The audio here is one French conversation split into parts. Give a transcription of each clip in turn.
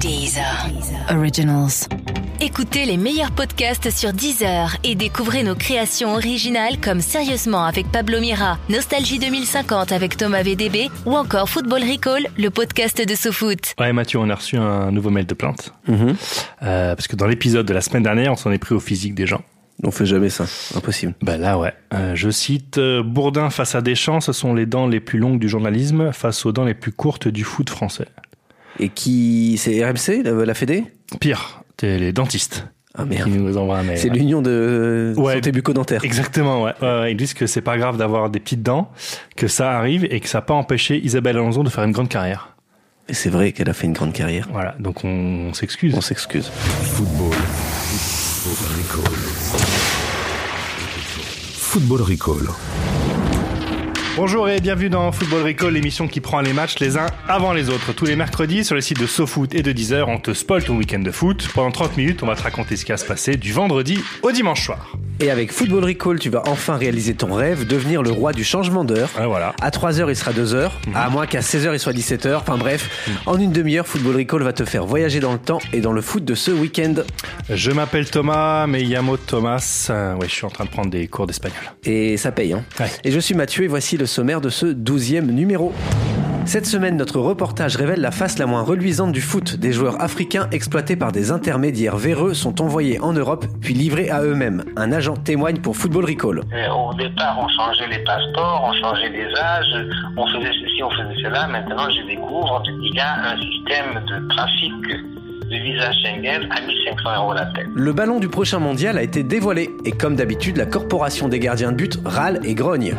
Deezer. Originals. Écoutez les meilleurs podcasts sur Deezer et découvrez nos créations originales comme Sérieusement avec Pablo Mira, Nostalgie 2050 avec Thomas VDB ou encore Football Recall, le podcast de SoFoot. Ouais, Mathieu, on a reçu un nouveau mail de plainte. Euh, parce que dans l'épisode de la semaine dernière, on s'en est pris au physique des gens. On fait jamais ça, impossible. Bah là, ouais. Euh, je cite euh, Bourdin face à Deschamps, ce sont les dents les plus longues du journalisme face aux dents les plus courtes du foot français. Et qui c'est RMC, la, la Fédé Pire, t'es les dentistes Ah qui merde. nous envoient un mail. C'est Ouais. l'union de Ouais. santé bucco-dentaire. Exactement, ouais. Ouais, ouais, ils disent que c'est pas grave d'avoir des petites dents, que ça arrive et que ça n'a pas empêché Isabelle Alonso de faire une grande carrière. Et c'est vrai qu'elle a fait une grande carrière. Voilà, donc on, on s'excuse. On s'excuse. Football Recall. Euh, Bonjour et bienvenue dans Football Recall, l'émission qui prend les matchs les uns avant les autres. Tous les mercredis sur les sites de SoFoot et de Deezer, on te spoil ton week-end de foot. Pendant 30 minutes, on va te raconter ce qui va se passer du vendredi au dimanche soir. Et avec Football Recall, tu vas enfin réaliser ton rêve, devenir le roi du changement d'heure. Ouais, voilà. Mhm. À 3h, il sera 2h. À moins qu'à 16h, il soit 17h. Enfin bref, en une demi-heure, Football Recall va te faire voyager dans le temps et dans le foot de ce week-end. Je m'appelle Thomas, mais Yamo Thomas. Euh, ouais, je suis en train de prendre des cours d'espagnol. Et ça paye, hein. Ouais. Et je suis Mathieu et voici le sommaire de ce douzième numéro. Cette semaine, notre reportage révèle la face la moins reluisante du foot. Des joueurs africains exploités par des intermédiaires véreux sont envoyés en Europe puis livrés à eux-mêmes. Un agent témoigne pour Football Recall. Euh, Au départ, on changeait les passeports, on changeait les âges, on faisait ceci, on faisait cela. Maintenant, je découvre qu'il y a un système de trafic de visa Schengen à 1500 euros la tête. Le ballon du prochain mondial a été dévoilé et comme d'habitude, la corporation des gardiens de but râle et grogne.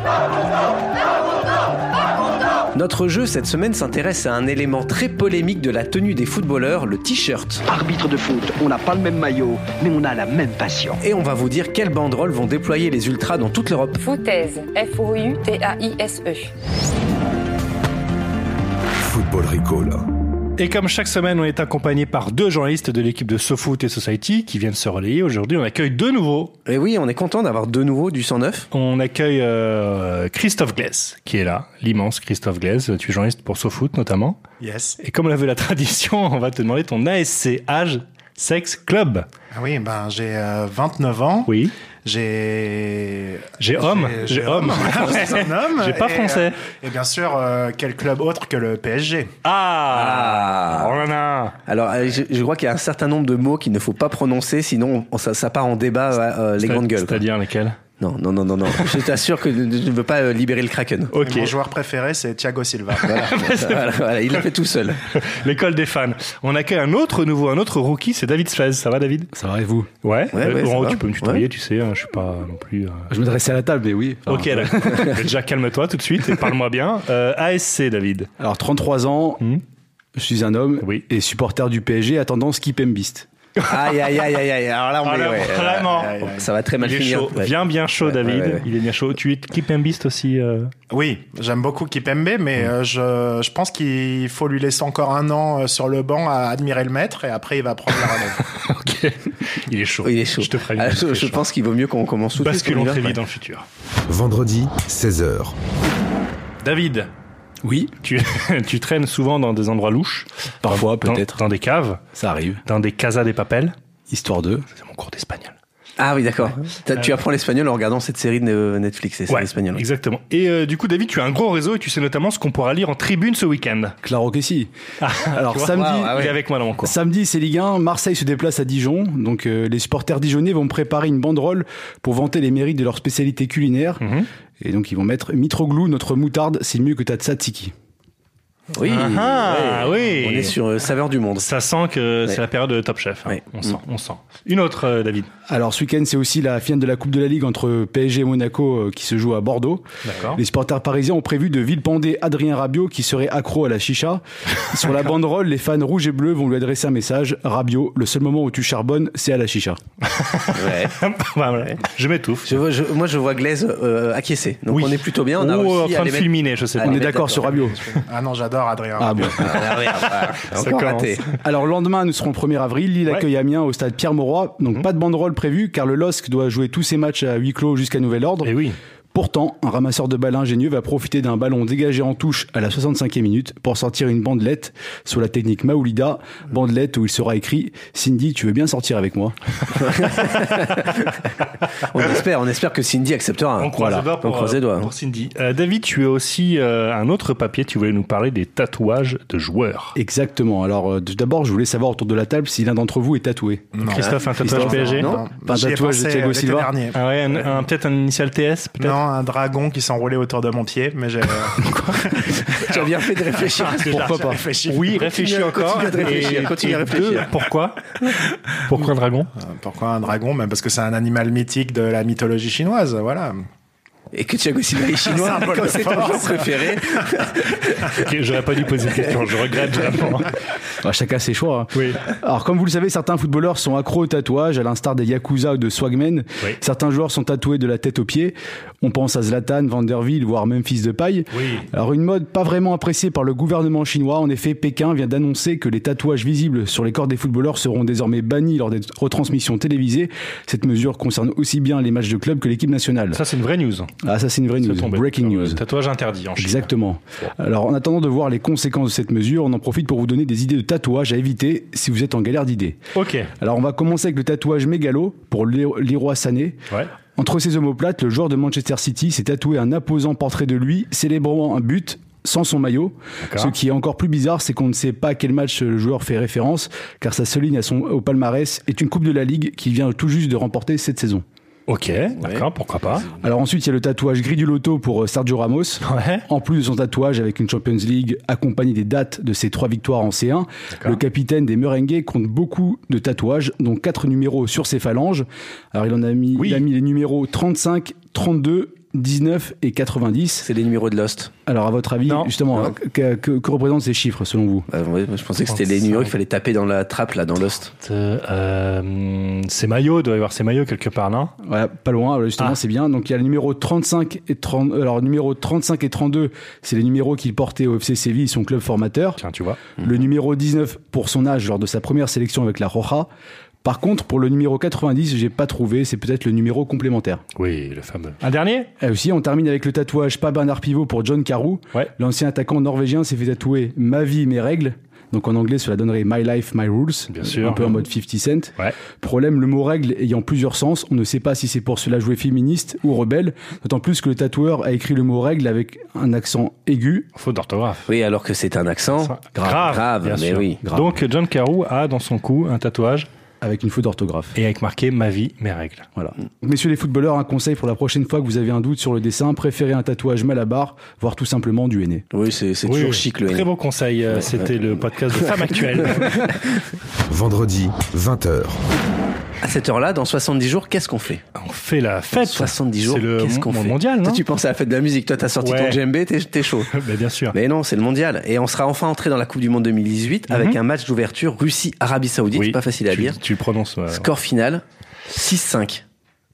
Notre jeu cette semaine s'intéresse à un élément très polémique de la tenue des footballeurs, le t-shirt. Arbitre de foot, on n'a pas le même maillot, mais on a la même passion. Et on va vous dire quelles banderoles vont déployer les ultras dans toute l'Europe. Foutaise, F-O-U-T-A-I-S-E. Football Recall. Et comme chaque semaine, on est accompagné par deux journalistes de l'équipe de SoFoot et Society qui viennent se relayer. Aujourd'hui, on accueille deux nouveaux. Et oui, on est content d'avoir de nouveau du 109. On accueille euh, Christophe Glaise, qui est là, l'immense Christophe Glaise. Tu es journaliste pour SoFoot notamment. Yes. Et comme l'avait la tradition, on va te demander ton ASC, âge, sexe, club. Ah oui, ben j'ai euh, 29 ans. Oui. J'ai. J'ai homme, j'ai homme. Je suis un homme. J'ai pas Et, français. euh, et bien sûr, euh, quel club autre que le PSG Ah, Ah. On en a un. Alors, euh, je, je crois qu'il y a un certain nombre de mots qu'il ne faut pas prononcer, sinon on- ça, ça part en débat euh, les grandes gueules. quoi. C'est-à-dire lesquels Non, non, non, non, non. je t'assure que je ne veux pas euh, libérer le Kraken. Ok. Mon joueur préféré, c'est Thiago Silva. Voilà, voilà, il l'a fait tout seul. L'école des fans. On accueille un autre nouveau, un autre rookie, c'est David Slez. Ça va, David Ça va et vous Ouais. Ouais, Euh, ouais, ça Laurent, va. tu peux me tutoyer, Ouais. tu sais, hein, je suis pas non plus. euh, Je me dressais à la table, mais oui. Enfin, Ok, alors. déjà calme-toi tout de suite et parle-moi bien. Euh, ASC, David. Alors, 33 ans, Mhm. je suis un homme Oui. et supporter du PSG à tendance Keep Mbist. Aïe, aïe, aïe, aïe, aïe. Alors là, on Ah, est, là, ouais, euh, vraiment. ça va très mal Il est finir. chaud, Ouais. bien bien chaud Ouais, David, ouais, ouais. il est bien chaud. Tu es Keep and Beast aussi euh, oui, j'aime beaucoup Kipembe, mais Mm. euh, je, je pense qu'il faut lui laisser encore un an euh, sur le banc à admirer le maître et après il va prendre la relève. Ok. Il est chaud. Il est chaud. Je te préviens. Ah, il je, est je chaud. pense qu'il vaut mieux qu'on commence tout de suite. Basculons on y va. très vite dans le futur. Vendredi, 16h. David, Oui, tu, tu traînes souvent dans des endroits louches. Parfois, Dans- peut-être. Dans des caves, ça arrive. dans des casas des papels. Histoire de. C'est mon cours d'espagnol. Ah oui, d'accord. T'as- Tu apprends l'espagnol en regardant cette série de euh, Netflix, c'est ça, l'espagnol. ouais. exactement. Et euh, du coup, David, tu as un gros réseau et tu sais notamment ce qu'on pourra lire en tribune ce week-end. Claro que si. Alors, Tu vois samedi. Waouh, ah ouais. Il est avec moi dans mon cours. Samedi, c'est Ligue 1. Marseille se déplace à Dijon. Donc, euh, les supporters dijonnais vont préparer une banderole pour vanter les mérites de leur spécialité culinaire. Mhm. Et donc, ils vont mettre Mitroglou, notre moutarde, c'est mieux que ta tzatziki. Oui, Ah, ouais. oui. On est sur euh, Saveur du Monde. Ça sent que Ouais. c'est la période de Top Chef. hein. Ouais. Mm. On sent, on sent. Une autre, euh, David. Alors, ce week-end, c'est aussi la finale de la Coupe de la Ligue entre PSG et Monaco euh, qui se joue à Bordeaux. D'accord. Les supporters parisiens ont prévu de vilipender Adrien Rabiot qui serait accro à la chicha. Sur la banderole, les fans rouges et bleus vont lui adresser un message Rabiot, le seul moment où tu charbonnes, c'est à la chicha. Ouais. Bah, Voilà. Je m'étouffe. Je vois- je- moi, je vois Glaise euh, acquiescer. Donc, Oui. on est plutôt bien. On a Ou, réussi euh, en à train de les mettre- fulminer, je sais à pas. On les est mettre d'accord sur Rabiot. ah non, j'adore Adrien. Ah bon. Ah, merde, voilà. Encore commence. raté. Alors, le lendemain, nous serons le 1er avril. Lille Ouais. Mhm. accueille Amiens au stade Pierre-Mauroy. Donc, pas de banderole prévue car le LOSC doit jouer tous ses matchs à huis clos jusqu'à nouvel ordre. Et Eh oui. Pourtant, un ramasseur de balles ingénieux va profiter d'un ballon dégagé en touche à la 65e minute pour sortir une bandelette sous la technique Maoulida, bandelette où il sera écrit Cindy, tu veux bien sortir avec moi On espère, on espère que Cindy acceptera. On croise Voilà. les doigts pour, on croise les doigts. hein. euh, pour Cindy. Euh, David, tu as aussi euh, un autre papier. Tu voulais nous parler des tatouages de joueurs. Exactement. Alors, euh, d'abord, je voulais savoir autour de la table si l'un d'entre vous est tatoué. Non. Christophe, un tatouage Christophe, PSG non. Pas un J'y ai tatouage de pensé euh, Thiago l'été Silva. dernier. Ah ouais, un- un- peut-être un initial TS peut-être Non, un dragon qui s'enroulait autour de mon pied, mais j'ai. euh, Tu as bien fait de réfléchir. Pourquoi pas réfléchi. Oui, réfléchis encore. continue de réfléchir, et- continue et à réfléchir. deux, pourquoi Pourquoi un dragon Pourquoi un dragon Même parce que c'est un animal mythique de la mythologie chinoise, voilà. Et que Thiago Silva est chinois, C'est un bol comme de c'est ton force. joueur préféré. Ok, J'aurais pas dû poser cette question, je regrette vraiment. Ah, chacun ses choix. hein. Oui. Alors, comme vous le savez, certains footballeurs sont accros au tatouage, à l'instar des Yakuza ou de Swagmen. Oui. Certains joueurs sont tatoués de la tête aux pieds. On pense à Zlatan, Vanderville, voire Memphis de paille. Oui. Alors, une mode pas vraiment appréciée par le gouvernement chinois. En effet, Pékin vient d'annoncer que les tatouages visibles sur les corps des footballeurs seront désormais bannis lors des retransmissions télévisées. Cette mesure concerne aussi bien les matchs de club que l'équipe nationale. Ça, c'est une vraie news. ah, ça, c'est une vraie Ça news. tombe. Breaking Alors, news. Tatouage interdit en Chine. Exactement. Alors, en attendant de voir les conséquences de cette mesure, on en profite pour vous donner des idées de tatouages à éviter si vous êtes en galère d'idées. Ok. Alors, on va commencer avec le tatouage mégalo pour Lé- Leroy Sané. Ouais. Entre ses omoplates, le joueur de Manchester City s'est tatoué un imposant portrait de lui célébrant un but sans son maillot. D'accord. Ce qui est encore plus bizarre, c'est qu'on ne sait pas à quel match le joueur fait référence, car sa seule ligne à son, au palmarès est une Coupe de la Ligue qu'il vient tout juste de remporter cette saison. Ok, d'accord, pourquoi pas. Alors ensuite, il y a le tatouage gris du loto pour euh, Sergio Ramos. Ouais. En plus de son tatouage avec une Champions League accompagnée des dates de ses trois victoires en C1, le capitaine des Merengues compte beaucoup de tatouages, dont quatre numéros sur ses phalanges. Alors il en a mis, Oui. il a mis les numéros 35, 32, 19 et 90. C'est les numéros de Lost. Alors à votre avis, Non. justement, Non. Que, que- que représentent ces chiffres selon vous Ah, ouais, moi, je pensais que c'était les 35. numéros qu'il fallait taper dans la trappe, là, dans Lost. Euh, euh, c'est maillot, doit y avoir ses maillots quelque part, non Voilà, pas loin, euh, justement, Ah. c'est bien. Donc il y a le numéro 35 et 30, alors numéro 35 et 32, c'est les numéros qu'il portait au FC Séville, son club formateur. Tiens, tu vois. le numéro 19 pour son âge lors de sa première sélection avec la Roja. Par contre, pour le numéro 90, j'ai pas trouvé, c'est peut-être le numéro complémentaire. Oui, le fameux. Un dernier Et aussi, on termine avec le tatouage pas Bernard Pivot pour John Carew. Ouais. L'ancien attaquant norvégien s'est fait tatouer Ma vie, mes règles. Donc en anglais, cela donnerait My Life, My Rules. Bien sûr. Un peu en mode 50 Cent. Ouais. Problème, le mot règle ayant plusieurs sens, on ne sait pas si c'est pour cela jouer féministe ou rebelle, d'autant plus que le tatoueur a écrit le mot règle avec un accent aigu. Faute d'orthographe. Oui, alors que c'est un accent Ça- grave, grave, bien mais sûr. oui. Donc John Carew a dans son cou un tatouage Avec une faute d'orthographe. et avec marqué ma vie, mes règles. Voilà. Donc, Messieurs les footballeurs, un conseil pour la prochaine fois que vous avez un doute sur le dessin, préférez un tatouage malabar, voire tout simplement du henné. Oui, c'est c'est toujours chic, le Très N. beau conseil. euh, C'était le podcast de Femme Actuelle. Vendredi, 20h. À cette heure-là, dans 70 jours, qu'est-ce qu'on fait On fait la fête. 70 jours, C'est le qu'est-ce mon- qu'on mon fait mondial, non Toi, tu penses à la fête de la musique, toi, t'as sorti Ouais. ton djembé, t'es t'es chaud. Ben, Bien sûr. Mais non, c'est le mondial. Et on sera enfin entré dans la Coupe du Monde 2018 avec un match d'ouverture Russie-Arabie Saoudite. C'est pas facile à Mhm. tu, dire. Tu le prononces. euh, Score final 6-5.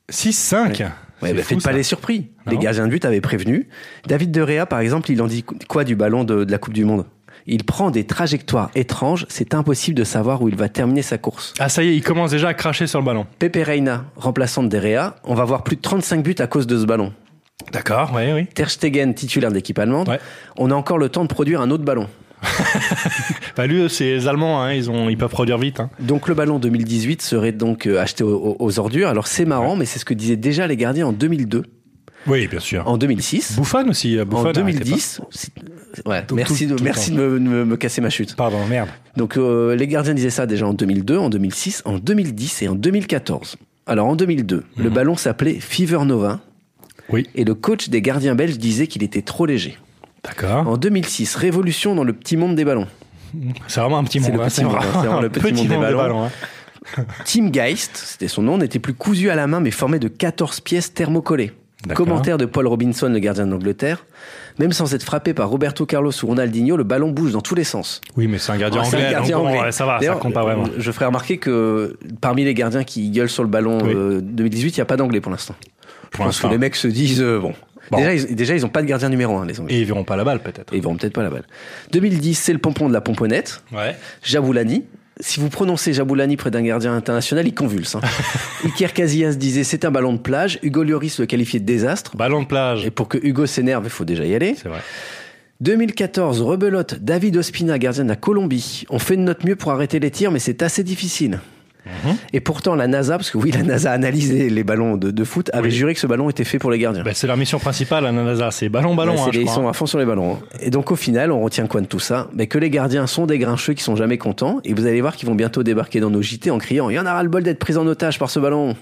6-5. Ouais, C'est bah, fou, faites ça. pas les surpris. Les Non. gardiens de but avaient prévenu. David De Réa, par exemple, il en dit quoi du ballon de, de la Coupe du Monde Il prend des trajectoires étranges. C'est impossible de savoir où il va terminer sa course. Ah, ça y est, il commence déjà à cracher sur le ballon. Pepe Reina, remplaçante de Réa, on va voir plus de 35 buts à cause de ce ballon. D'accord, oui, oui. Ter Stegen, titulaire d'équipe allemande, Ouais. on a encore le temps de produire un autre ballon. Bah, lui, c'est les Allemands, hein, ils, ont, ils peuvent produire vite. hein. Donc le ballon 2018 serait donc euh, acheté au- au- aux, ordures. Alors c'est marrant, mais c'est ce que disaient déjà les gardiens en 2002, Oui, bien sûr. en 2006, Bouffane aussi. euh, Bouffane, en arrêtez pas. 2010. C'est- Ouais, Tout- merci tout- de, tout le merci temps. de me, me- me casser ma chute. Pardon, merde. Donc euh, les gardiens disaient ça déjà en 2002, en 2006, en 2010 et en 2014. Alors en 2002, le ballon s'appelait Fever Nova. Mhm. Oui. Et le coach des gardiens belges disait qu'il était trop léger. D'accord. En 2006, révolution dans le petit monde des ballons. C'est vraiment un petit C'est monde. le hein, petit monde, c'est vraiment le petit monde des ballons. hein. Tim Geist, c'était son nom, n'était plus cousu à la main mais formé de 14 pièces thermocollées. D'accord. Commentaire de Paul Robinson, le gardien d'Angleterre. Même sans être frappé par Roberto Carlos ou Ronaldinho, le ballon bouge dans tous les sens. Oui, mais c'est un gardien hein, Alors, Oh, c'est Ah, anglais. un gardien donc bon, anglais. ouais, ça va, ça D'ailleurs, compte pas vraiment. Je ferai remarquer que parmi les gardiens qui gueulent sur le ballon Oui. euh, 2018, il n'y a pas d'anglais pour l'instant. Je pense que l'instant. hein. les mecs se disent, euh, bon. Bon. Déjà, ils, déjà, ils n'ont pas de gardien numéro un, les anglais. Et ils verront pas la balle, peut-être. Et ils vont peut-être pas la balle. 2010, c'est le pompon de la pomponnette. Ouais. Jaboulani, si vous prononcez Jaboulani près d'un gardien international, il convulse. hein. Iker Casillas disait c'est un ballon de plage. Hugo Lloris le qualifiait de désastre. Ballon de plage. Et pour que Hugo s'énerve, il faut déjà y aller. C'est vrai. 2014, rebelote, David Ospina, gardien de la Colombie. On fait de notre mieux pour arrêter les tirs, mais c'est assez difficile. Mhm. Et pourtant, la NASA, parce que oui, la NASA a analysé les ballons de, de foot, avait Oui. juré que ce ballon était fait pour les gardiens. Bah, c'est leur mission principale à la NASA, c'est ballon ballon. Ouais, c'est hein, des- je ils crois, sont hein. à fond sur les ballons. hein. Et donc au final, on retient quoi de tout ça Mais Que les gardiens sont des grincheux qui sont jamais contents, et vous allez voir qu'ils vont bientôt débarquer dans nos JT en criant « Il y en aura le bol d'être pris en otage par ce ballon !»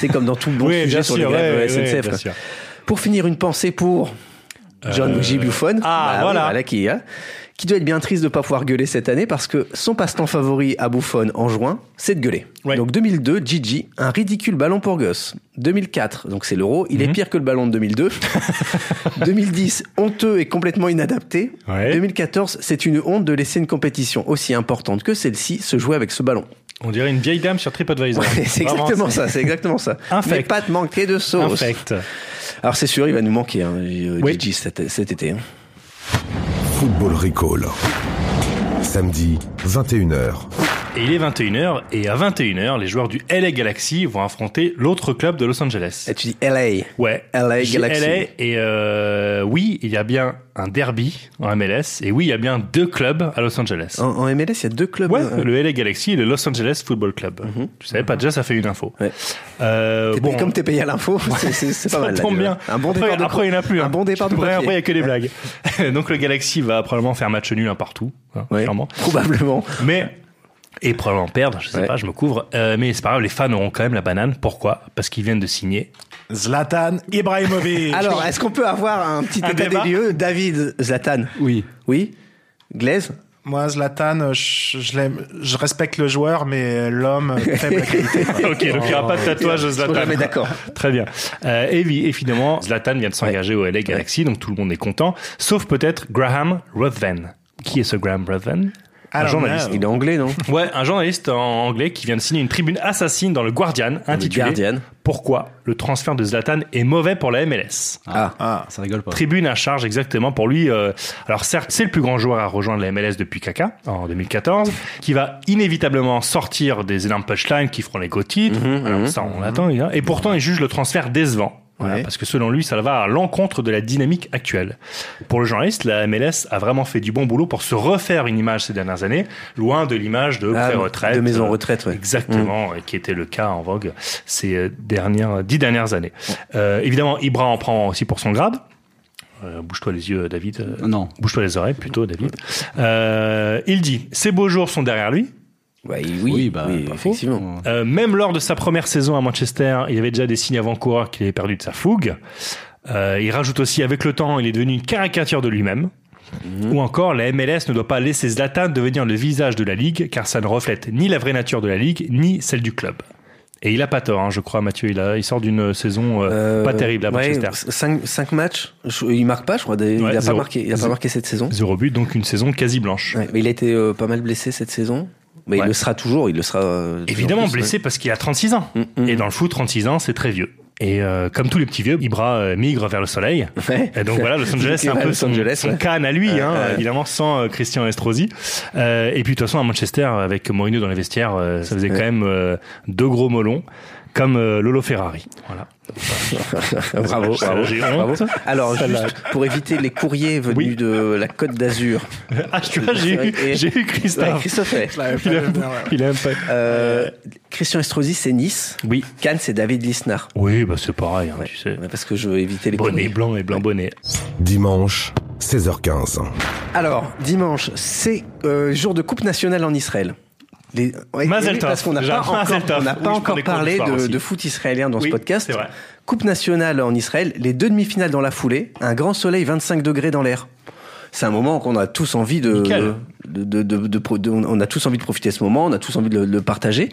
C'est comme dans tout bon Oui, sujet bien sur sûr, les grèves ouais, euh, SNCF. ouais, bien quoi. sûr. Pour finir, une pensée pour John Euh, G. Buffon. ah, Bah, voilà. qui, hein, qui doit être bien triste de ne pas pouvoir gueuler cette année parce que son passe-temps favori à Buffon en juin, c'est de gueuler. Ouais. Donc 2002, Gigi, un ridicule ballon pour gosse. 2004, donc c'est l'euro, il est Mhm. pire que le ballon de 2002. 2010, honteux et complètement inadapté. Ouais. 2014, c'est une honte de laisser une compétition aussi importante que celle-ci se jouer avec ce ballon. On dirait une vieille dame sur TripAdvisor. hein. c'est Vraiment, exactement ça, c'est exactement ça. Infect. Mais pas te manquer de c'est sauce. Infect. Alors c'est sûr, il va nous manquer, hein, euh, Oui. Gigi, cet, cet été. hein. Football Recall. Samedi, 21h. Et il est 21h, et à 21h, les joueurs du LA Galaxy vont affronter l'autre club de Los Angeles. Et tu dis LA. Ouais. LA J'ai Galaxy. LA, et euh, oui, il y a bien un derby en MLS, et oui, il y a bien deux clubs à Los Angeles. En, en MLS, il y a deux clubs. Ouais, euh, Mhm. le LA Galaxy et le Los Angeles Football Club. Tu savais pas déjà, ça fait une info. Ouais. Euh, t'es- bon, comme t'es payé à l'info, c'est- c'est c'est pas ça mal. là, tombe déjà. bien. Un bon après, départ de après, il n'y en a plus. Un hein. bon départ de Après, papier. Après, il n'y a que des blagues. Donc le Galaxy va probablement faire match nul un partout, hein, Ouais, clairement. probablement. Mais et probablement perdre, je sais Ouais. pas, je me couvre. Euh, mais c'est pas grave, les fans auront quand même la banane. Pourquoi Parce qu'ils viennent de signer. Zlatan Ibrahimovic. Alors, est-ce qu'on peut avoir un petit Un état débat des lieux David Zlatan Oui. Oui Glaise Moi, Zlatan, je, je l'aime, je respecte le joueur, mais l'homme faible qualité. quoi. ok, donc il n'y aura pas de tatouage Ils sont Zlatan. jamais d'accord. Très bien. Euh, et oui, évidemment, Zlatan vient de s'engager au LA Galaxy, donc tout le monde est content, sauf peut-être Graham Ruthven. Qui est ce Graham Ruthven Alors, journaliste. là, Il est anglais, non Ouais, un journaliste en anglais qui vient de signer une tribune assassine dans Ah, le Guardian intitulée Guardian. Pourquoi le transfert de Zlatan est mauvais pour la MLS Ah. ah, Ça rigole pas. Tribune à charge exactement pour lui. euh, alors certes, c'est le plus grand joueur à rejoindre la MLS depuis Kaka en 2014, qui va inévitablement sortir des énormes punchlines qui feront les go titres. Mhm, Alors, ça, on l'attend. il y a- Et pourtant, il juge le transfert décevant. Voilà, Ouais. Parce que selon lui, ça va à l'encontre de la dynamique actuelle. Pour le journaliste, la MLS a vraiment fait du bon boulot pour se refaire une image ces dernières années, loin de l'image de Ah, pré-retraite. de maison euh, retraite, ouais. Mhm. Exactement, et qui était le cas en vogue ces euh, dernières, dix dernières années. Euh, évidemment, Ibra en prend aussi pour son grade. Euh, bouge-toi les yeux, David. Euh, Non. Bouge-toi les oreilles, plutôt, David. Euh, il dit Ses beaux jours sont derrière lui. Bah, il- oui, Oui, bah, oui, pas faux. effectivement. Euh, même lors de sa première saison à Manchester, il y avait déjà des signes avant-coureurs qu'il avait perdu de sa fougue. Euh, il rajoute aussi Avec le temps, il est devenu une caricature de lui-même. Mhm. Ou encore, la MLS ne doit pas laisser Zlatan devenir le visage de la Ligue, car ça ne reflète ni la vraie nature de la Ligue, ni celle du club. Et il a pas tort, hein, je crois, Mathieu. Il, a- il sort d'une saison euh, Euh, pas terrible à ouais, Manchester. cinq, cinq matchs. Je- il marque pas, je crois. d'ailleurs. Ouais, il a pas zéro. marqué. Il a pas Zéro. marqué cette saison. Zéro but, donc une saison quasi blanche. Ouais, mais il a été euh, pas mal blessé cette saison. Mais Ouais. il le sera toujours. Il le sera. euh, toujours Évidemment, plus, ouais. blessé parce qu'il a 36 ans. Mm, mm. Et dans le foot, 36 ans, c'est très vieux. Et euh, comme tous les petits vieux, Ibra euh, migre vers le soleil. Ouais. Et donc voilà, Los Angeles, c'est un Ouais, peu Los son, Angeles, son ouais. canne à lui, Ouais, hein, ouais. évidemment, sans euh, Christian Estrosi. Euh, et puis de toute façon, à Manchester, avec Mourinho dans les vestiaires, euh, ça faisait Ouais. quand même euh, deux gros molons, comme euh, Lolo Ferrari. Voilà. bravo, Ça, bravo, j'ai honte. bravo. Alors, Ça, là. juste pour éviter les courriers venus Oui. de la Côte d'Azur. Ah, tu vois, j'ai eu, Et- j'ai eu Ouais, Christophe. Christophe. je l'avais pas Il aime vu pas. venir, ouais. Il aime pas. Euh, Christian Estrosi, c'est Nice. Oui. Cannes, c'est David Lisnard. Oui, bah, c'est pareil, hein, Ouais. tu sais. Ouais, Parce que je veux éviter les Bonnet courriers. blanc et blanc bonnet. Dimanche, 16h15. Alors, dimanche, c'est euh, jour de Coupe nationale en Israël. Les... ouais, Mazel oui, tov, parce qu'on n'a déjà. pas encore, Mazel tov. on Oui, n'a pas je prends encore des cours parlé d'histoire de, aussi. de foot israélien dans Oui, ce podcast. c'est vrai. Coupe nationale en Israël, les deux demi-finales dans la foulée, un grand soleil, 25 degrés dans l'air. C'est un moment qu'on a tous envie de, Nickel. de, de- de- de pro- de- on a tous envie de profiter de ce moment, on a tous envie de le, de le partager.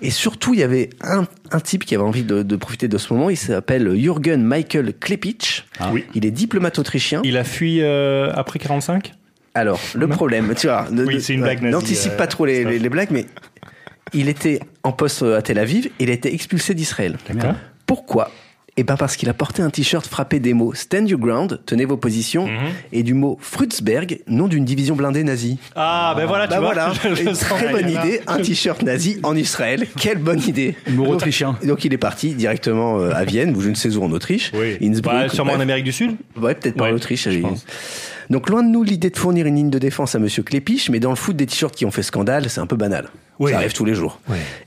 Et surtout, il y avait un, un type qui avait envie de, de profiter de ce moment. Il s'appelle Jürgen Michael Klepich. Ah. Oui. Il est diplomate autrichien. Il a fui euh, après 45 Alors, le problème, tu vois, ne- Oui, ne- c'est une blague nazie, n'anticipe euh, pas trop les, Christophe. les- les blagues, mais euh, il était en poste à Tel Aviv, il a été expulsé d'Israël. D'accord. Pourquoi Eh ben parce qu'il a porté un t-shirt frappé des mots Stand Your Ground, tenez vos positions, Mhm. et du mot Fruitsberg, nom d'une division blindée nazie. Ah, ben voilà, tu Bah vois. voilà, je- je une sens- très bonne idée, un t-shirt nazi en Israël, quelle bonne idée. Humour autrichien. Et Donc il est parti directement euh, à Vienne, ou je ne sais où en Autriche, Oui. Innsbruck, Bah, sûrement en bref. Amérique du Sud. Ouais, peut-être pas Ouais, en Autriche. je oui. pense. Donc loin de nous l'idée de fournir une ligne de défense à Monsieur Clépiche, mais dans le foot, des t-shirts qui ont fait scandale, c'est un peu banal. Oui. Ça arrive tous les jours.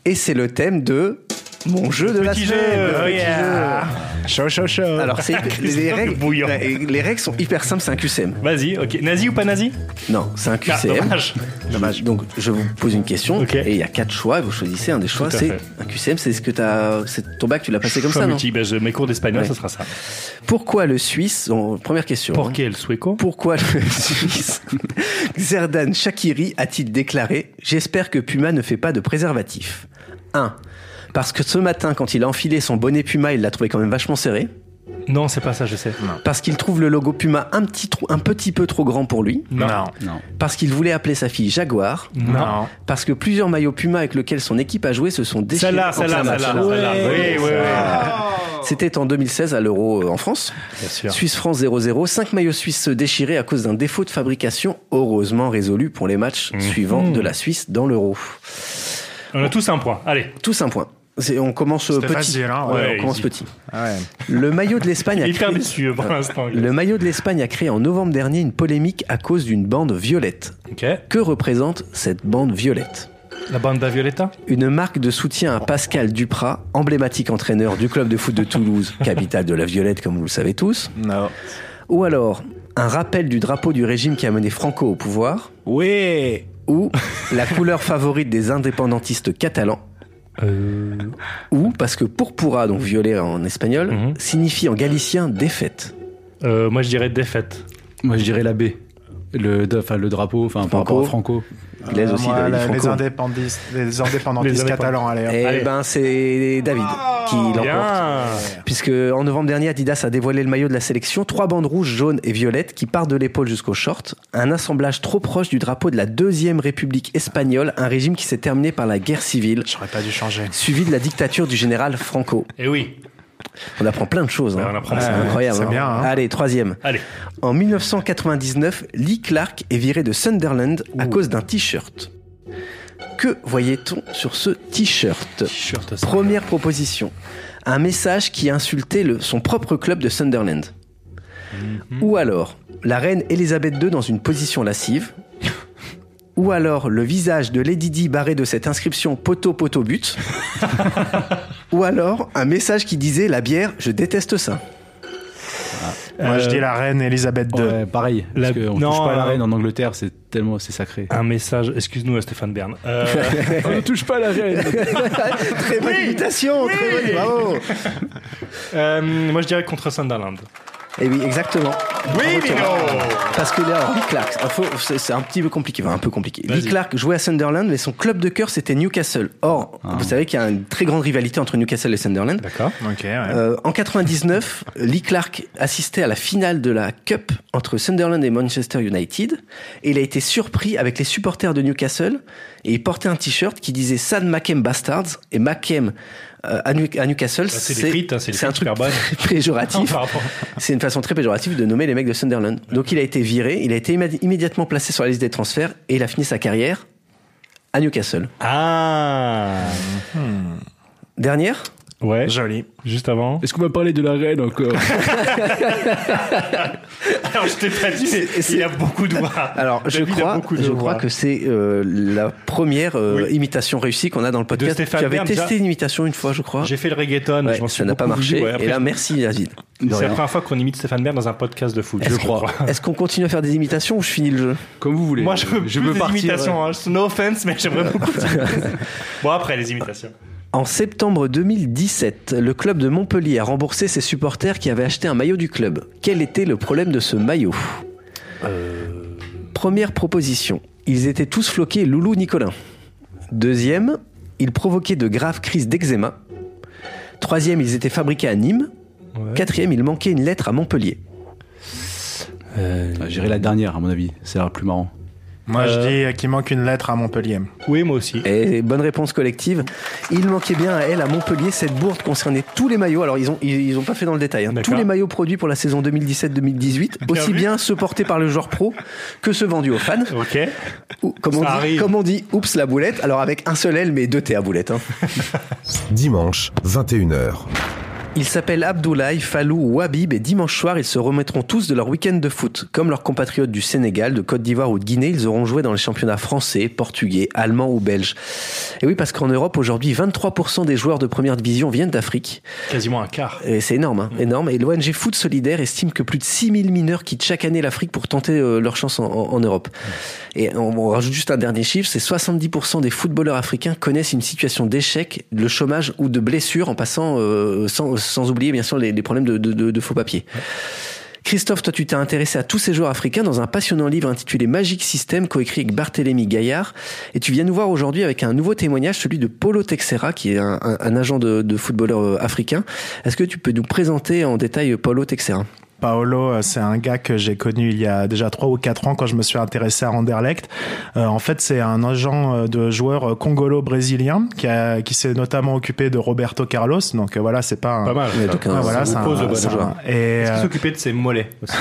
Et c'est le thème de mon jeu de la Petit semaine. jeu, le oh petit yeah. Chaud, chaud, chaud. jeu. Alors c'est les Christophe règles. Bah, Bouillon. ouais, Les règles sont hyper simples, c'est un QCM. Vas-y, ok. Nazi ou pas nazi Non, c'est un Ah, QCM. dommage. Dommage. Donc je vous pose une question Ok. et il y a quatre choix. et Vous choisissez un des choix. Tout à C'est fait. un QCM. C'est ce que t'as. C'est ton bac. Tu l'as passé comme Choix ça, non multiple. Ben, je- Mes cours d'espagnol, Ouais. ça sera ça. Pourquoi le Suisse en- Première question. hein. Por qué el sueco Pourquoi le Suisse Xerdan Shakiri a-t-il déclaré J'espère que Puma ne fait pas de préservatif 1. Parce que ce matin, quand il a enfilé son bonnet Puma, il l'a trouvé quand même vachement serré. Non, c'est pas ça, je sais. Parce qu'il trouve le logo Puma un petit, trou- un petit peu trop grand pour lui. Non. Non. Parce qu'il voulait appeler sa fille Jaguar. Non. Parce que plusieurs maillots Puma avec lesquels son équipe a joué se sont déchirés. Celle-là, en celle-là, plein match. celle-là. celle-là. Oui, oui, oui. C'était en 2016 à l'Euro euh, en France. Bien sûr. Suisse-France 0-0, 5 maillots suisses se déchiraient à cause d'un défaut de fabrication, heureusement résolu pour les matchs Mhm. suivants de la Suisse dans l'Euro. On a tous un point. Allez. Tous un point. C'est- On commence euh, C'était petit. facile, hein, Ouais, ouais, on commence easy. petit. Ah Ouais. Le maillot de l'Espagne a Hyper créé- euh, déçu euh, pour l'instant. Le maillot de l'Espagne a créé en novembre dernier une polémique à cause d'une bande violette. Ok. Que représente cette bande violette La banda violeta Une marque de soutien à Pascal Duprat, emblématique entraîneur du club de foot de Toulouse, capitale de la Violette comme vous le savez tous. Non. Ou alors, un rappel du drapeau du régime qui a mené Franco au pouvoir. Oui. Ou la couleur favorite des indépendantistes catalans. Euh. Ou parce que pourpura, donc violet en espagnol, Mhm. signifie en galicien défaite. Euh, Moi, je dirais défaite. Moi, je dirais la B. Le, enfin, le drapeau, enfin, par rapport à Franco. Il Euh, est aussi Moi, de- la- de les, Franco. indépendantistes, les indépendantistes Les indépendants. catalans, allez. hop. Eh Allez. Ah, ben, c'est David qui l'emporte. Bien. Puisque en novembre dernier, Adidas a dévoilé le maillot de la sélection. Trois bandes rouges, jaunes et violettes qui partent de l'épaule jusqu'au short. Un assemblage trop proche du drapeau de la Deuxième République espagnole, un régime qui s'est terminé par la guerre civile, J'aurais pas dû changer. suivi de la dictature du général Franco. Et Eh oui. On apprend plein de choses. Ouais, hein. on apprend c'est ça. incroyable. C'est hein. bien, hein. Allez, troisième. Allez. En 1999, Lee Clark est viré de Sunderland à cause d'un t-shirt. Que voyait-on sur ce t-shirt T-shirt. ça. Première proposition. Un message qui insultait le- son propre club de Sunderland. Ou alors, la reine Elisabeth II dans une position lascive. Ou alors, le visage de Lady Di barré de cette inscription poteau poteau but. Ou alors, un message qui disait la bière, je déteste ça. Moi, je Euh, dis la reine Elisabeth II. Ouais, pareil. La- Parce qu'on Non, touche pas à la euh, Ah, reine en Angleterre, c'est tellement, c'est sacré. Un message. Excuse-nous, Stéphane Bern. Euh, on ne touche pas à la reine. très bonne imitation, très bonne, bravo. euh, moi, je dirais contre Sunderland. Et Eh oui, exactement. Oui, Bravo, Thomas. Parce que là, Lee Clark, il faut- c'est c'est un petit peu compliqué, enfin, un peu compliqué. Lee Vas-y. Clark jouait à Sunderland, mais son club de cœur c'était Newcastle. Or, vous savez qu'il y a une très grande rivalité entre Newcastle et Sunderland. Ah. D'accord. Ok, ouais. Euh, en 99, Lee Clark assistait à la finale de la Cup entre Sunderland et Manchester United, et il a été surpris avec les supporters de Newcastle, et il portait un t-shirt qui disait San Mackem Bastards, et Mackem euh, à, New- à Newcastle, c'est des frites, hein, c'est des un frites truc super bonnes. péjoratif. Par rapport- C'est une façon très péjorative de nommer les mecs de Sunderland. Donc il a été viré, il a été immédi- immédiatement placé sur la liste des transferts et il a fini sa carrière à Newcastle. Ah. Dernière Ouais. Joli. Juste avant. Est-ce qu'on va parler de la reine encore Alors, je t'ai pas dit, mais C'est- c'est- il a beaucoup de voix. Alors je David a crois, beaucoup de je voix. crois que c'est euh, la première euh, Oui. imitation réussie qu'on a dans le podcast. Stéphane tu avais Bern, testé déjà. une imitation une fois, je crois. J'ai fait le reggaeton, Ouais, je m'en suis ça n'a pas beaucoup marché. voulu, ouais, après, et là, merci David. C'est la première fois qu'on imite Stéphane Bern dans un podcast de foot. Est-ce qu'on- Est-ce qu'on continue à faire des imitations ou je finis le jeu Comme vous voulez. Moi, je veux plus peux des imitations. hein. No offense, mais j'aimerais beaucoup. bon, après, les imitations. En septembre 2017, le club de Montpellier a remboursé ses supporters qui avaient acheté un maillot du club. Quel était le problème de ce maillot Première proposition, ils étaient tous floqués Loulou Nicolin. Deuxième, ils provoquaient de graves crises d'eczéma. Troisième, ils étaient fabriqués à Nîmes. Quatrième, il manquait une lettre à Montpellier. J'irai la dernière, à mon avis. C'est l'air plus marrant. Moi, Euh. je dis qu'il manque une lettre à Montpellier. Oui, moi aussi. Et bonne réponse collective. Il manquait bien à elle à Montpellier cette bourde concernait tous les maillots. Alors ils ont ils, ils ont pas fait dans le détail. hein. D'accord. Tous les maillots produits pour la saison 2017-2018, Bien aussi vu. bien ceux portés par le joueur pro que ceux vendus aux fans. Ok. Ou, comme, Ça on dit, arrive. comme on dit, oups la boulette. Alors avec un seul L mais deux T à boulette. hein. Dimanche, 21h. Ils s'appellent Abdoulaye, Fallou ou Habib et dimanche soir, ils se remettront tous de leur week-end de foot. Comme leurs compatriotes du Sénégal, de Côte d'Ivoire ou de Guinée, ils auront joué dans les championnats français, portugais, allemand ou belge. Et oui, parce qu'en Europe, aujourd'hui, 23% des joueurs de première division viennent d'Afrique. Quasiment un quart. Et c'est énorme, hein, énorme. Et l'ONG Foot Solidaire estime que plus de 6000 mineurs quittent chaque année l'Afrique pour tenter euh, leur chance en, en- en Europe. Et on, on rajoute juste un dernier chiffre, c'est 70% des footballeurs africains connaissent une situation d'échec, de chômage ou de blessure en passant, euh, sans, sans oublier bien sûr les, les problèmes de, de- de- de faux papiers. Christophe, toi, tu t'es intéressé à tous ces joueurs africains dans un passionnant livre intitulé Magic System, coécrit avec Barthélémy Gaillard. Et tu viens nous voir aujourd'hui avec un nouveau témoignage, celui de Polo Texera, qui est un, un- un agent de, de footballeur euh, africain. Est-ce que tu peux nous présenter en détail euh, Polo Texera Paolo, euh, c'est un gars que j'ai connu il y a déjà trois ou quatre ans quand je me suis intéressé à Anderlecht. Euh, en fait, c'est un agent euh, de joueurs congolo-brésilien qui, a- qui s'est notamment occupé de Roberto Carlos. Donc euh, voilà, c'est pas un... Pas mal. Mais ça. donc, Ah, un- ça voilà, c'est vous un, pose le bon c'est un- joueur. Et, Est-ce euh, qu'il s'occupait de ses mollets aussi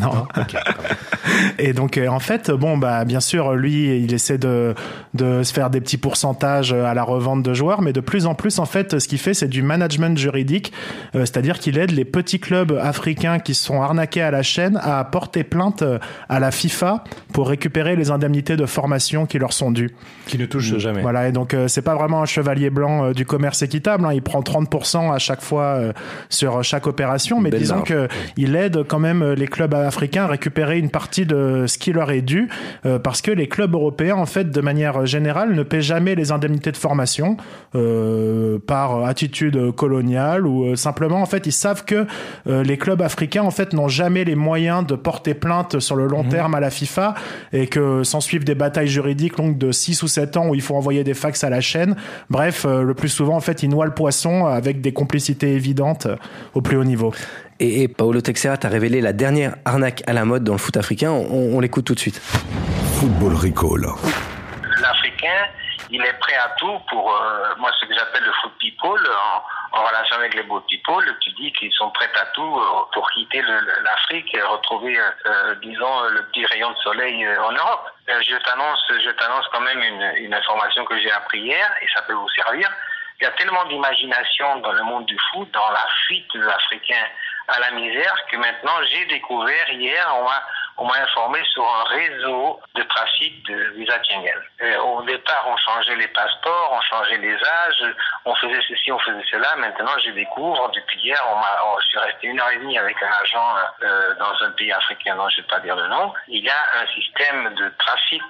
non. Ok. Et donc, euh, en fait, bon, bah, bien sûr, lui, il essaie de, de se faire des petits pourcentages euh, à la revente de joueurs, mais de plus en plus, en fait, ce qu'il fait, c'est du management juridique, euh, c'est-à-dire qu'il aide les petits clubs africains qui se sont arnaqués à la chaîne à porter plainte euh, à la FIFA pour récupérer les indemnités de formation qui leur sont dues. Qui ne touche jamais. Voilà, et donc euh, c'est pas vraiment un chevalier blanc euh, du commerce équitable. hein. il prend 30% à chaque fois euh, sur chaque opération, mais Belle disons marge. que il aide quand même euh, les clubs africains à récupérer une partie de ce qui leur est dû, euh, parce que les clubs européens, en fait, de manière générale, ne paient jamais les indemnités de formation euh, par attitude coloniale ou euh, simplement, en fait, ils savent que euh, les clubs africains, en fait, n'ont jamais les moyens de porter plainte sur le long terme à la FIFA et que s'en suivent des batailles juridiques longues de 6 ou 7 ans où il faut envoyer des fax à la chaîne. Bref, euh, le plus souvent, en fait, ils noient le poisson avec des complicités évidentes euh, au plus haut niveau. Et, et Paolo Texera t'a révélé la dernière arnaque à la mode dans le foot africain. On, on l'écoute tout de suite. Football Recall. l'Africain, il est prêt à tout pour, euh, moi, ce que j'appelle le foot people, en, en relation avec les beaux people, tu dis qu'ils sont prêts à tout euh, pour quitter le- le- l'Afrique et retrouver, euh, euh, disons, euh, le petit rayon de soleil euh, en Europe. Euh, je t'annonce, je t'annonce quand même une, une information que j'ai appris hier, et ça peut vous servir. Il y a tellement d'imagination dans le monde du foot, dans la fuite des Africains à la misère, que maintenant j'ai découvert hier, on m'a, on m'a informé sur un réseau de trafic de visa Schengen. Euh, Au départ, on changeait les passeports, on changeait les âges, on faisait ceci, on faisait cela. Maintenant, je découvre, depuis hier, on m'a, on- je suis resté une heure et demie avec un agent euh, dans un pays africain, non, je ne vais pas dire le nom. Il y a un système de trafic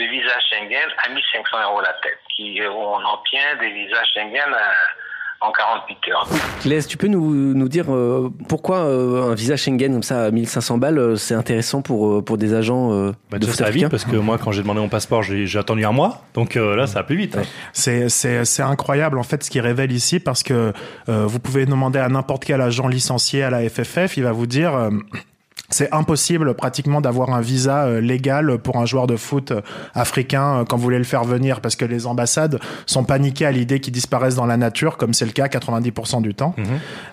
de visa Schengen à 1500 euros la tête. Qui, euh, on obtient des visas Schengen à- en 48 heures. Les, tu peux nous, nous dire euh, pourquoi euh, un visa Schengen comme ça à 1500 balles, euh, c'est intéressant pour, euh, pour des agents euh, Bah, de déjà, foot ça va vite africain parce que moi, quand j'ai demandé mon passeport, j'ai j'ai attendu un mois. Donc euh, là, ça va plus vite. hein. C'est, c'est, c'est incroyable en fait ce qu'il révèle ici parce que euh, vous pouvez demander à n'importe quel agent licencié à la FFF, il va vous dire euh, c'est impossible pratiquement d'avoir un visa euh, légal pour un joueur de foot euh, africain euh, quand vous voulez le faire venir parce que les ambassades sont paniquées à l'idée qu'il disparaisse dans la nature comme c'est le cas 90% du temps.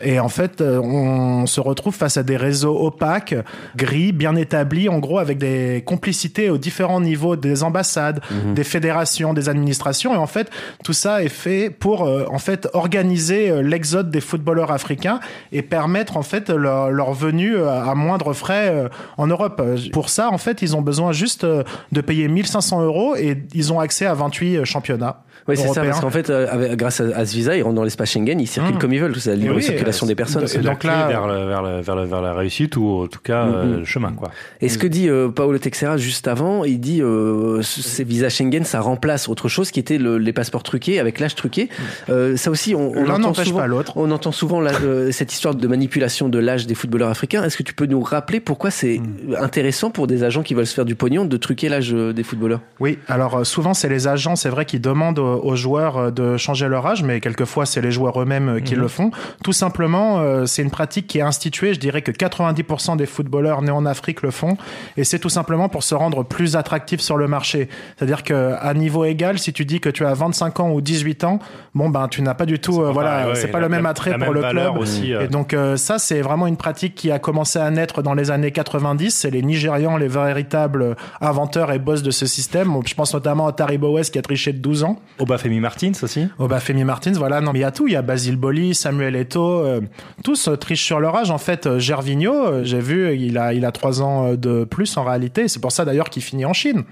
Et en fait, euh, on se retrouve face à des réseaux opaques, gris, bien établis, en gros, avec des complicités aux différents niveaux des ambassades, des fédérations, des administrations. Et en fait, tout ça est fait pour, euh, en fait, organiser euh, l'exode des footballeurs africains et permettre, en fait, leur, leur venue euh, à moindre frais euh, en Europe. Euh, Pour ça, en fait, ils ont besoin juste euh, de payer 1500 euros et ils ont accès à 28 championnats. Oui, c'est ça, européens. parce qu'en fait, euh, avec- grâce à, à ce visa, ils rentrent dans l'espace Schengen, ils circulent Mmh. comme ils veulent, c'est la libre oui, euh, circulation des personnes. C'est la donc clé là- vers, le- vers, le- vers, le- vers la réussite ou en tout cas euh, Mhm. le chemin. Quoi. Et mmh. ce que dit euh, Paolo Texera juste avant, il dit euh, ce- ces visas Schengen, ça remplace autre chose qui était le- les passeports truqués avec l'âge truqué. Euh, ça aussi, on, on Mmh. L'un entend n'empêche souvent, pas l'autre. on entend souvent la- euh, cette histoire de manipulation de l'âge des footballeurs africains. Est-ce que tu peux nous rappeler rappeler pourquoi c'est Mmh. intéressant pour des agents qui veulent se faire du pognon de truquer l'âge euh, des footballeurs Oui, alors euh, souvent c'est les agents, c'est vrai, qui demandent aux, aux joueurs euh, de changer leur âge, mais quelquefois c'est les joueurs eux-mêmes euh, Mhm. qui le font. Tout simplement, euh, c'est une pratique qui est instituée, je dirais que 90% des footballeurs nés en Afrique le font, et c'est tout simplement pour se rendre plus attractif sur le marché. C'est-à-dire que à niveau égal, si tu dis que tu as 25 ans ou 18 ans, bon ben tu n'as pas du tout, euh, voilà, Ouais, ouais, c'est pas la- le même la- attrait la pour même le valeur club. aussi. euh, Et donc euh, ça, c'est vraiment une pratique qui a commencé à naître dans les années 90. C'est les Nigérians les véritables inventeurs et boss de ce système. Je pense notamment à Tari Bowes qui a triché de 12 ans. Obafemi Martins aussi. Obafemi Martins, voilà. Non, mais il y a tout. Il y a Basile Boli, Samuel Eto'o. euh, tous euh, trichent sur leur âge. En fait, euh, Gervinho, euh, j'ai vu, il a, il a 3 ans euh, de plus en réalité. C'est pour ça d'ailleurs qu'il finit en Chine.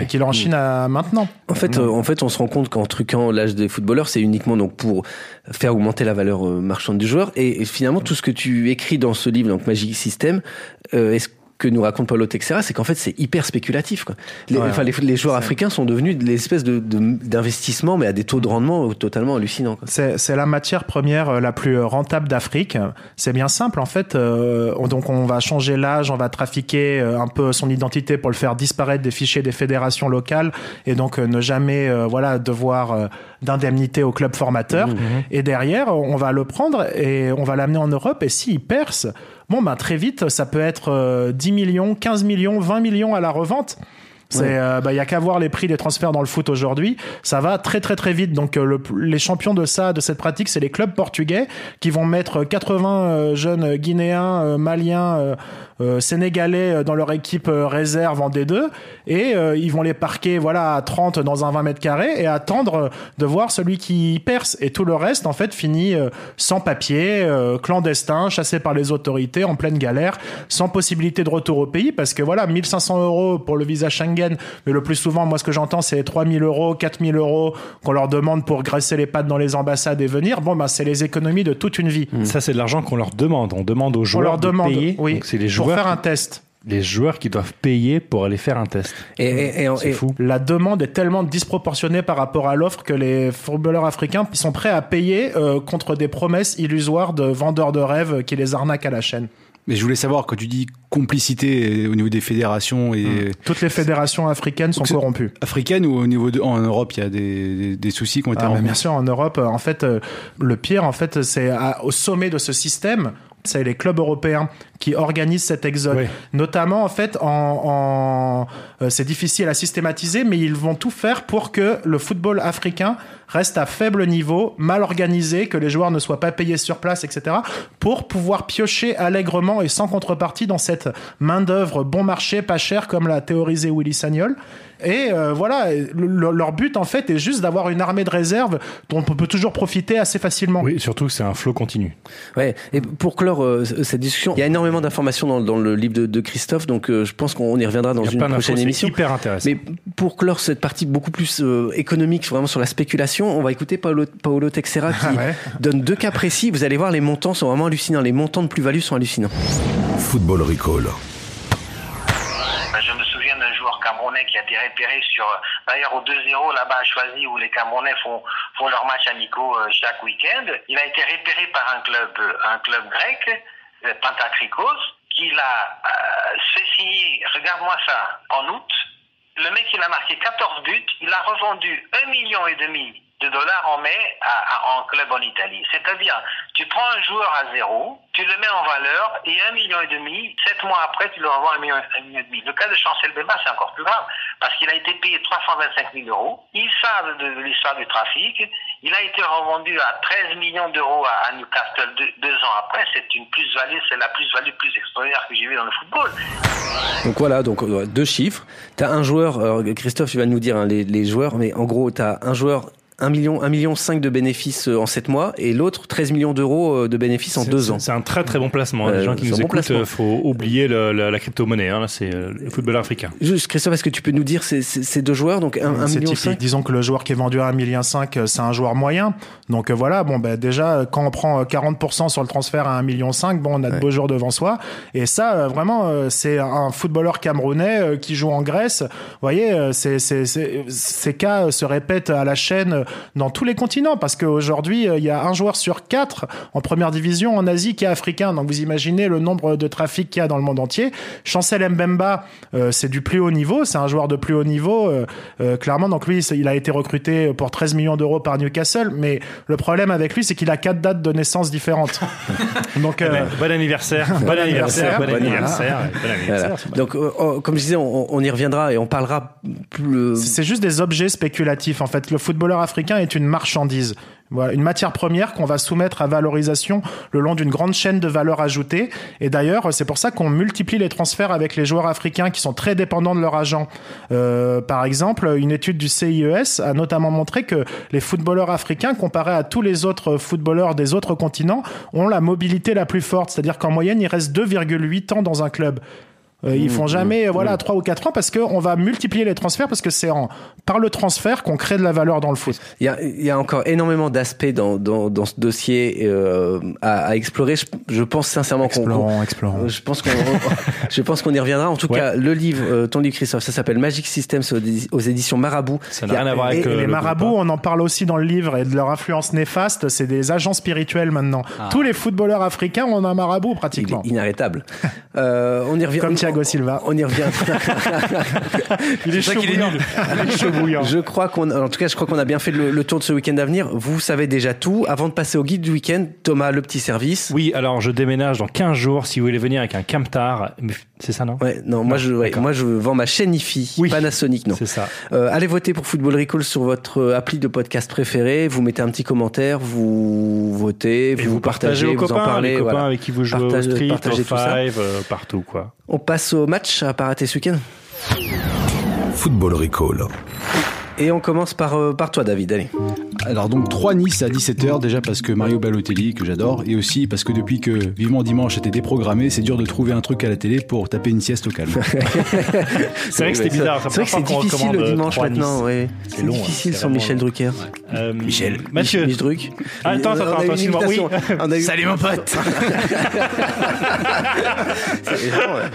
Et qu'il est en Chine à maintenant. En fait, euh, en fait, on se rend compte qu'en truquant l'âge des footballeurs, c'est uniquement donc pour faire augmenter la valeur euh, marchande du joueur. Et, et finalement, tout ce que tu écris dans ce livre, donc Magic System, euh, est-ce que nous raconte Paulo Texera, c'est qu'en fait c'est hyper spéculatif. Quoi. Les, Ouais. enfin, les, les joueurs africains sont devenus l'espèce de, de- d'investissement, mais à des taux de rendement euh, totalement hallucinants. Quoi. C'est c'est la matière première euh, la plus euh, rentable d'Afrique. C'est bien simple en fait. euh, on- donc on va changer l'âge, on va trafiquer euh, un peu son identité pour le faire disparaître des fichiers des fédérations locales et donc euh, ne jamais euh, voilà devoir euh, d'indemnité au club formateur. Et derrière on va le prendre et on va l'amener en Europe et s'il perce, bon ben très vite ça peut être euh, 10 millions, 15 millions, 20 millions à la revente. C'est, euh, bah, y a qu'à voir les prix des transferts dans le foot aujourd'hui. Ça va très très très vite. Donc euh, le- les champions de ça, de cette pratique, c'est les clubs portugais qui vont mettre 80 euh, jeunes guinéens, euh, maliens, euh, euh, sénégalais euh, dans leur équipe euh, réserve en D2 et euh, ils vont les parquer voilà à 30 dans un 20 mètres carrés et attendre euh, de voir celui qui perce. Et tout le reste en fait finit euh, sans papier, euh, clandestin, chassé par les autorités, en pleine galère, sans possibilité de retour au pays parce que voilà 1500 euros pour le visa Schengen, mais le plus souvent, moi, ce que j'entends, c'est 3000 euros, 4000 euros qu'on leur demande pour graisser les pattes dans les ambassades et venir. Bon, ben, c'est les économies de toute une vie. Mm. Ça, c'est de l'argent qu'on leur demande. On demande aux On Mmh. joueurs leur de demande, payer. oui, Donc, c'est les pour joueurs, faire un test. les joueurs qui doivent payer pour aller faire un test. Et, et- et- C'est et- fou. La demande est tellement disproportionnée par rapport à l'offre que les footballeurs africains sont prêts à payer euh, contre des promesses illusoires de vendeurs de rêves qui les arnaquent à la chaîne. Mais je voulais savoir, quand tu dis complicité euh, au niveau des fédérations et Toutes les fédérations africaines sont Donc c'est- corrompues. africaines ou au niveau de, en Europe, il y a des, des- des soucis qui ont été Ah, bah, mais rencontrés bien sûr, en Europe, euh, en fait, euh, le pire, en fait, c'est à- au sommet de ce système. C'est les clubs européens qui organisent cet exode. Oui. Notamment, en fait, en, en- euh, c'est difficile à systématiser, mais ils vont tout faire pour que le football africain reste à faible niveau, mal organisé, que les joueurs ne soient pas payés sur place, etc., pour pouvoir piocher allègrement et sans contrepartie dans cette main-d'œuvre bon marché, pas cher, comme l'a théorisé Willy Sagnol. Et euh, voilà, le- le- leur but, en fait, est juste d'avoir une armée de réserve dont on peut toujours profiter assez facilement. Oui, surtout que c'est un flot continu. Ouais. Et pour clore euh, c- cette discussion, il y a énormément d'informations dans, dans le livre de, de Christophe, donc euh, je pense qu'on y reviendra dans Il y a une plein d'infos, prochaine c'est émission. hyper intéressant. Mais pour clore cette partie beaucoup plus euh, économique, vraiment sur la spéculation, on va écouter Paolo, Paolo Texera qui Ah ouais. donne deux cas précis. Vous allez voir, les montants sont vraiment hallucinants. Les montants de plus-value sont hallucinants. Football Recall. Ben, Je me souviens d'un joueur camerounais qui a été repéré sur, euh, d'ailleurs au 2-0 là-bas à Choisy où les Camerounais font, font leurs matchs amicaux euh, chaque week-end. Il a été repéré par un club, euh, un club grec, euh, Pantakrikos, qui l'a euh, fait signer, regarde-moi ça, en août. Le mec, il a marqué 14 buts, il a revendu 1,5 million et demi de dollars en mai à- à- en club en Italie. C'est-à-dire, tu prends un joueur à zéro, tu le mets en valeur et un million et demi, sept mois après, tu le revends un million, un million et demi. Le cas de Chancel Bemba, c'est encore plus grave parce qu'il a été payé 325 000 euros. Ils savent de, de l'histoire du trafic. Il a été revendu à 13 millions d'euros à, à Newcastle deux, deux ans après. C'est une plus-value, c'est la plus-value plus extraordinaire que j'ai vue dans le football. Donc voilà, donc euh, deux chiffres. T'as un joueur, alors, Christophe, tu vas nous dire hein, les, les joueurs, mais en gros, t'as un joueur 1 million, 1 million 5 de bénéfices euh, en 7 mois et l'autre 13 millions d'euros euh, de bénéfices en C'est- 2 c'est- ans. C'est un très très bon placement. hein. Euh, les gens qui c'est nous un bon écoutent, placement. euh, faut oublier le- la, la crypto-monnaie. hein. Là, c'est euh, le football africain. Juste, Christophe, est-ce que tu peux nous dire ces, ces- ces deux joueurs, donc 1, C'est million typique. 5 Disons que le joueur qui est vendu à 1,5 million, euh, c'est un joueur moyen. Donc euh, voilà, bon, ben déjà, euh, quand on prend euh, 40% sur le transfert à 1,5 million, bon, on a de beaux jours devant soi. Et ça, euh, vraiment, euh, c'est un footballeur camerounais euh, qui joue en Grèce. Vous voyez, euh, c'est- c'est- c'est- ces cas euh, se répètent à la chaîne. dans tous les continents, parce qu'aujourd'hui, il y a un joueur sur quatre en première division en Asie qui est africain. Donc vous imaginez le nombre de trafic qu'il y a dans le monde entier. Chancel Mbemba, euh, c'est du plus haut niveau, c'est un joueur de plus haut niveau, euh, euh, clairement. Donc lui, il a été recruté pour 13 millions d'euros par Newcastle, mais le problème avec lui, c'est qu'il a quatre dates de naissance différentes. euh, Donc, bon anniversaire, bon anniversaire, bon anniversaire. Donc, on, comme je disais, on, on, y reviendra et on parlera plus. C'est juste des objets spéculatifs. En fait, le footballeur africain est une marchandise. Voilà, une matière première qu'on va soumettre à valorisation le long d'une grande chaîne de valeur ajoutée. Et d'ailleurs, c'est pour ça qu'on multiplie les transferts avec les joueurs africains qui sont très dépendants de leur agent. Euh, par exemple, une étude du CIES a notamment montré que les footballeurs africains, comparés à tous les autres footballeurs des autres continents, ont la mobilité la plus forte. C'est-à-dire qu'en moyenne, ils restent 2,8 ans dans un club. Euh, ils font jamais mmh, voilà mmh. 3 ou 4 ans parce qu'on va multiplier les transferts parce que c'est par le transfert qu'on crée de la valeur dans le foot. Il y a, il y a encore énormément d'aspects dans, dans, dans, ce dossier euh, à, à, explorer. Je, je pense sincèrement qu'on je pense qu'on je pense qu'on y reviendra. En tout ouais. cas, le livre euh, ton livre Christophe, ça s'appelle Magic Systems aux, éditions Marabout. Ça n'a rien à voir avec euh, les marabouts. Groupe. On en parle aussi dans le livre et de leur influence néfaste. C'est des agents spirituels maintenant. Ah. Tous les footballeurs africains ont un marabout pratiquement. Il est inarrêtable. Euh, on y revient. Comme on, Silva. On y revient. il est, est chaud il est nul. Il est je crois qu'on, en tout cas, je crois qu'on a bien fait le, le tour de ce week-end à venir. Vous savez déjà tout. Avant de passer au guide du week-end, Thomas, le petit service. Oui, alors je déménage dans 15 jours. Si vous voulez venir avec un camtar, c'est ça, non Ouais, non, Ah, non moi je, ouais, moi je vends ma chaîne IFI, oui, Panasonic, non. C'est ça. Euh, allez voter pour Football Recall sur votre euh, appli de podcast préféré. Vous mettez un petit commentaire, vous votez, vous, vous, partagez, partagez vous copains, en parlez, les voilà. copains avec qui vous jouez partagez, au street, partagez au tout five, ça. Euh, partout quoi. On passe au match à Paraté ce week-end. Football Recall. Et on commence par, euh, par toi, David. Allez. Alors, donc, 3 Nice à 17h, déjà parce que Mario Balotelli, que j'adore, et aussi parce que depuis que Vivement Dimanche était déprogrammé, c'est dur de trouver un truc à la télé pour taper une sieste au calme. c'est vrai que c'était bizarre. C'est vrai que c'est difficile euh, le dimanche maintenant, nice. ouais. C'est difficile hein, sans Michel long. Drucker. Ouais. Euh, Michel. Mathieu. Michel Druck. Ah, attends, attends, attends, excuse-moi. Oui. eu... Salut, mon pote.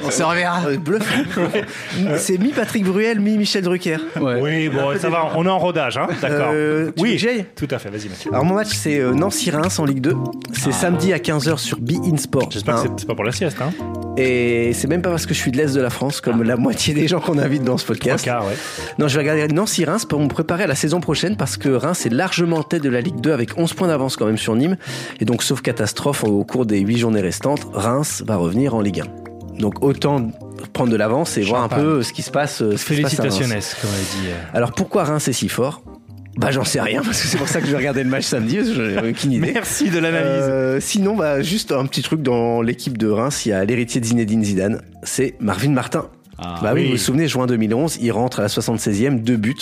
on se reverra. Euh, C'est mi-Patrick Bruel, mi-Michel Drucker. Oui, bon, ça va, on est en rodage, hein D'accord. Euh, oui, j'ai tout à fait, vas-y Mathieu. Alors mon match c'est euh, Nancy-Reims en Ligue 2. C'est ah. samedi à 15h sur Be In Sport. J'espère hein. que c'est pas pour la sieste, hein Et c'est même pas parce que je suis de l'Est de la France, comme ah. la moitié des gens qu'on invite dans ce podcast. Cas, ouais. Non, je vais regarder Nancy-Reims pour me préparer à la saison prochaine parce que Reims est largement en tête de la Ligue 2 avec 11 points d'avance quand même sur Nîmes. Et donc, sauf catastrophe, au cours des 8 journées restantes, Reims va revenir en Ligue 1. Donc autant prendre de l'avance et je voir un pas. peu euh, ce qui se passe. Félicitations, comme on a dit. euh. Alors pourquoi Reims est si fort bah j'en sais rien parce que c'est pour ça que je vais regarder le match samedi. Aucune idée. Merci de l'analyse. Euh, sinon bah juste un petit truc dans l'équipe de Reims, il y a l'héritier de Zinedine Zidane, c'est Marvin Martin. Ah, bah oui, oui, vous vous souvenez, juin 2011, il rentre à la 76e, deux buts.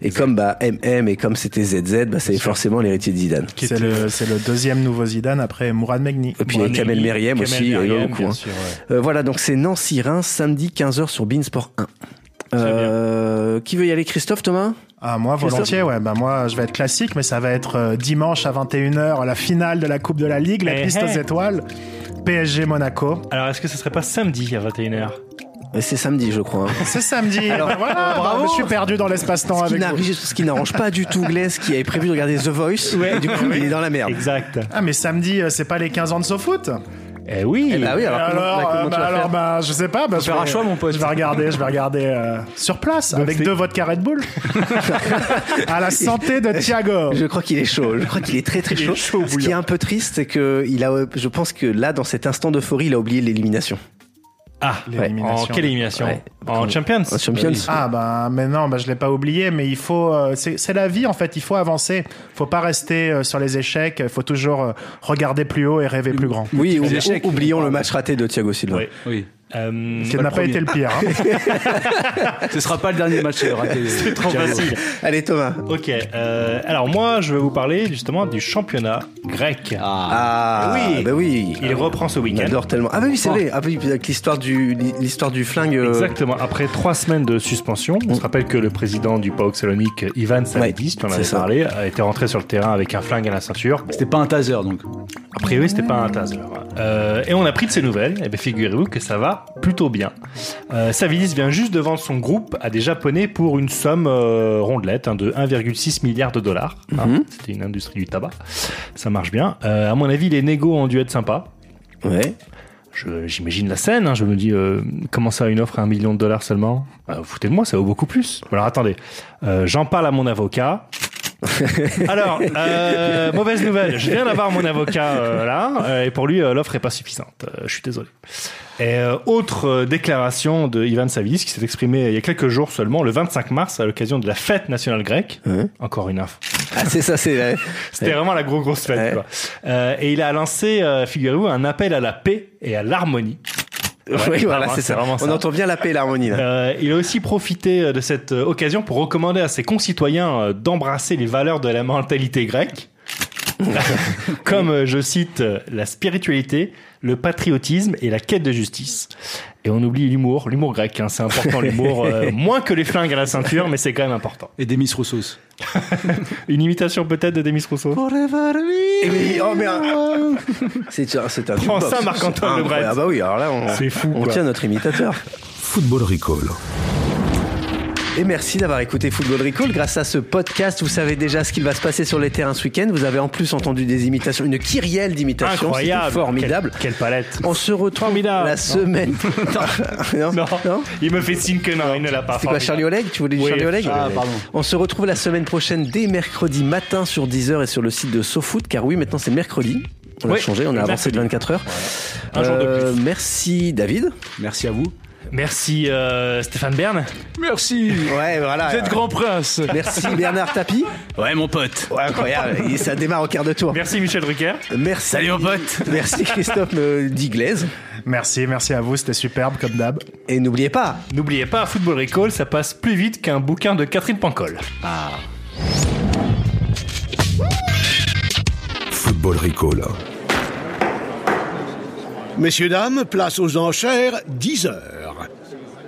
Et exact. comme bah, MM et comme c'était ZZ, bah, c'est forcément l'héritier de Zidane. C'est le, le, deuxième nouveau Zidane après Mourad Megni. Et puis Mourad Kamel Meriem aussi, Meriem, beaucoup, hein. sûr, ouais. euh, voilà, donc c'est Nancy-Reims, samedi 15h sur Beansport 1. Euh, qui veut y aller, Christophe, Thomas ah, moi, volontiers, ouais. Bah, moi, je vais être classique, mais ça va être euh, dimanche à 21h, la finale de la Coupe de la Ligue, la hey, piste hey. aux étoiles, PSG Monaco. Alors, est-ce que ce serait pas samedi à 21h Euh, c'est samedi, je crois. C'est samedi. Alors voilà, bravo. Je suis perdu dans l'espace-temps avec Oh, vous. Ce qui n'arrange pas du tout Glaise qui avait prévu de regarder The Voice. Ouais. Et du coup, oui. il est dans la merde. Exact. Ah, mais samedi, c'est pas les 15 ans de SoFoot eh oui. Eh bah oui. Alors, alors, comment, bah, alors bah, je sais pas. Bah, faire un choix, mon pote. Je vais regarder, je vais regarder euh, sur place Donc avec deux vodka Red Bull. à la santé de Thiago. Je crois qu'il est chaud. Je crois qu'il est très très Oh. il chaud. chaud Ce qui est un peu triste, c'est que il a. Je pense que là, dans cet instant d'euphorie, il a oublié l'élimination. Ah, en quelle élimination ouais. En Champions. En Hein, Champions. Ah bah mais non, bah je l'ai pas oublié, mais il faut, euh, c'est la vie en fait. Il faut avancer. Faut pas rester euh, sur les échecs. Il faut toujours euh, regarder plus haut et rêver plus grand. Oui, ou, échecs, oublions le match raté de Thiago Silva. Ah, Oui. Ah. oui. Euh, qui n'a pas, été le pire. Hein. Ce sera pas le dernier match raté. C'est trop facile. Allez Thomas. Ok. Euh, alors moi, je vais vous parler justement du championnat grec. Ah, oui. Bah oui. Il reprend ce week-end. J'adore tellement. Ah bah oui, c'est vrai. Ah, avec l'histoire du l'histoire du flingue. Euh... Exactement. Après trois semaines de suspension, on se rappelle que le président du PAOK Salonique, Ivan Saladis, ouais, on en avait parlé, était rentré sur le terrain avec un flingue à la ceinture. C'était pas un taser donc. A priori, c'était pas un taser. Euh, et on a pris de ses nouvelles. Et bien, figurez-vous que ça va plutôt bien. Euh, Savilis vient juste de vendre son groupe à des Japonais pour une somme euh, rondelette hein, de 1,6 milliard de dollars. hein. Mhm. C'était une industrie du tabac. Ça marche bien. Euh, à mon avis, les négos ont dû être sympas. Ouais. Je- J'imagine la scène, hein. je me dis, euh, comment ça, une offre à un million de dollars seulement Euh, vous Foutez de moi, ça vaut beaucoup plus. Alors attendez, Euh, j'en parle à mon avocat. Alors, euh, mauvaise nouvelle, je viens d'avoir mon avocat euh, là, euh, et pour lui, euh, l'offre est pas suffisante. Euh, je suis désolé. Et euh, autre euh, déclaration de Ivan Savilis qui s'est exprimé il y a quelques jours seulement, le 25 mars, à l'occasion de la fête nationale grecque. Encore une info. Ah, c'est ça, c'est. C'était vraiment la grosse grosse fête. quoi. Euh, et il a lancé, euh, figurez-vous, un appel à la paix et à l'harmonie. Ouais, oui, voilà, vraiment, c'est ça. vraiment On entend bien la paix et l'harmonie. là. Euh, il a aussi profité euh, de cette euh, occasion pour recommander à ses concitoyens euh, d'embrasser les valeurs de la mentalité grecque, comme euh, je cite euh, la spiritualité, le patriotisme et la quête de justice. Et on oublie l'humour, l'humour grec, hein, c'est important l'humour, euh, moins que les flingues à la ceinture, mais c'est quand même important. Et Demis Roussos. Une imitation peut-être de Demis Roussos. Eh oui, oh, mais, euh, C'est c'est un Prends jukebox. ça, Marc-Antoine Ah, Lebret. Ah bah oui, alors là, on, C'est fou, on quoi. tient notre imitateur. Football Recall. Et merci d'avoir écouté Football Recall. Grâce à ce podcast, vous savez déjà ce qu'il va se passer sur les terrains ce week-end. Vous avez en plus entendu des imitations, une kyrielle d'imitations. Incroyable, C'était formidable. Quelle, quelle palette. On se retrouve Formidable. Non. la semaine. non. Non. Non il me fait signe que non, il ne l'a pas. C'est quoi Charlie Oleg Tu voulais du Oui, Charlie Oleg Charlie Oleg. Ah, pardon. On se retrouve la semaine prochaine dès mercredi matin sur 10h et sur le site de SoFoot car oui, maintenant c'est mercredi. On a Oui, changé, on a avancé mercredi. de 24 heures. Euh, Un jour de plus. Merci David. Merci à vous. Merci euh, Stéphane Bern. Merci. Ouais, voilà. Vous êtes grand prince. Merci Bernard Tapie. Ouais, mon pote. Ouais, incroyable. Et ça démarre au quart de tour. Merci Michel Drucker. Merci. Salut, mon pote. Merci Christophe euh, Diglaise. Merci, merci à vous, c'était superbe comme d'hab. Et n'oubliez pas, N'oubliez pas, Football Recall, ça passe plus vite qu'un bouquin de Catherine Pancol. Football Recall. Messieurs, dames, place aux enchères, 10 heures.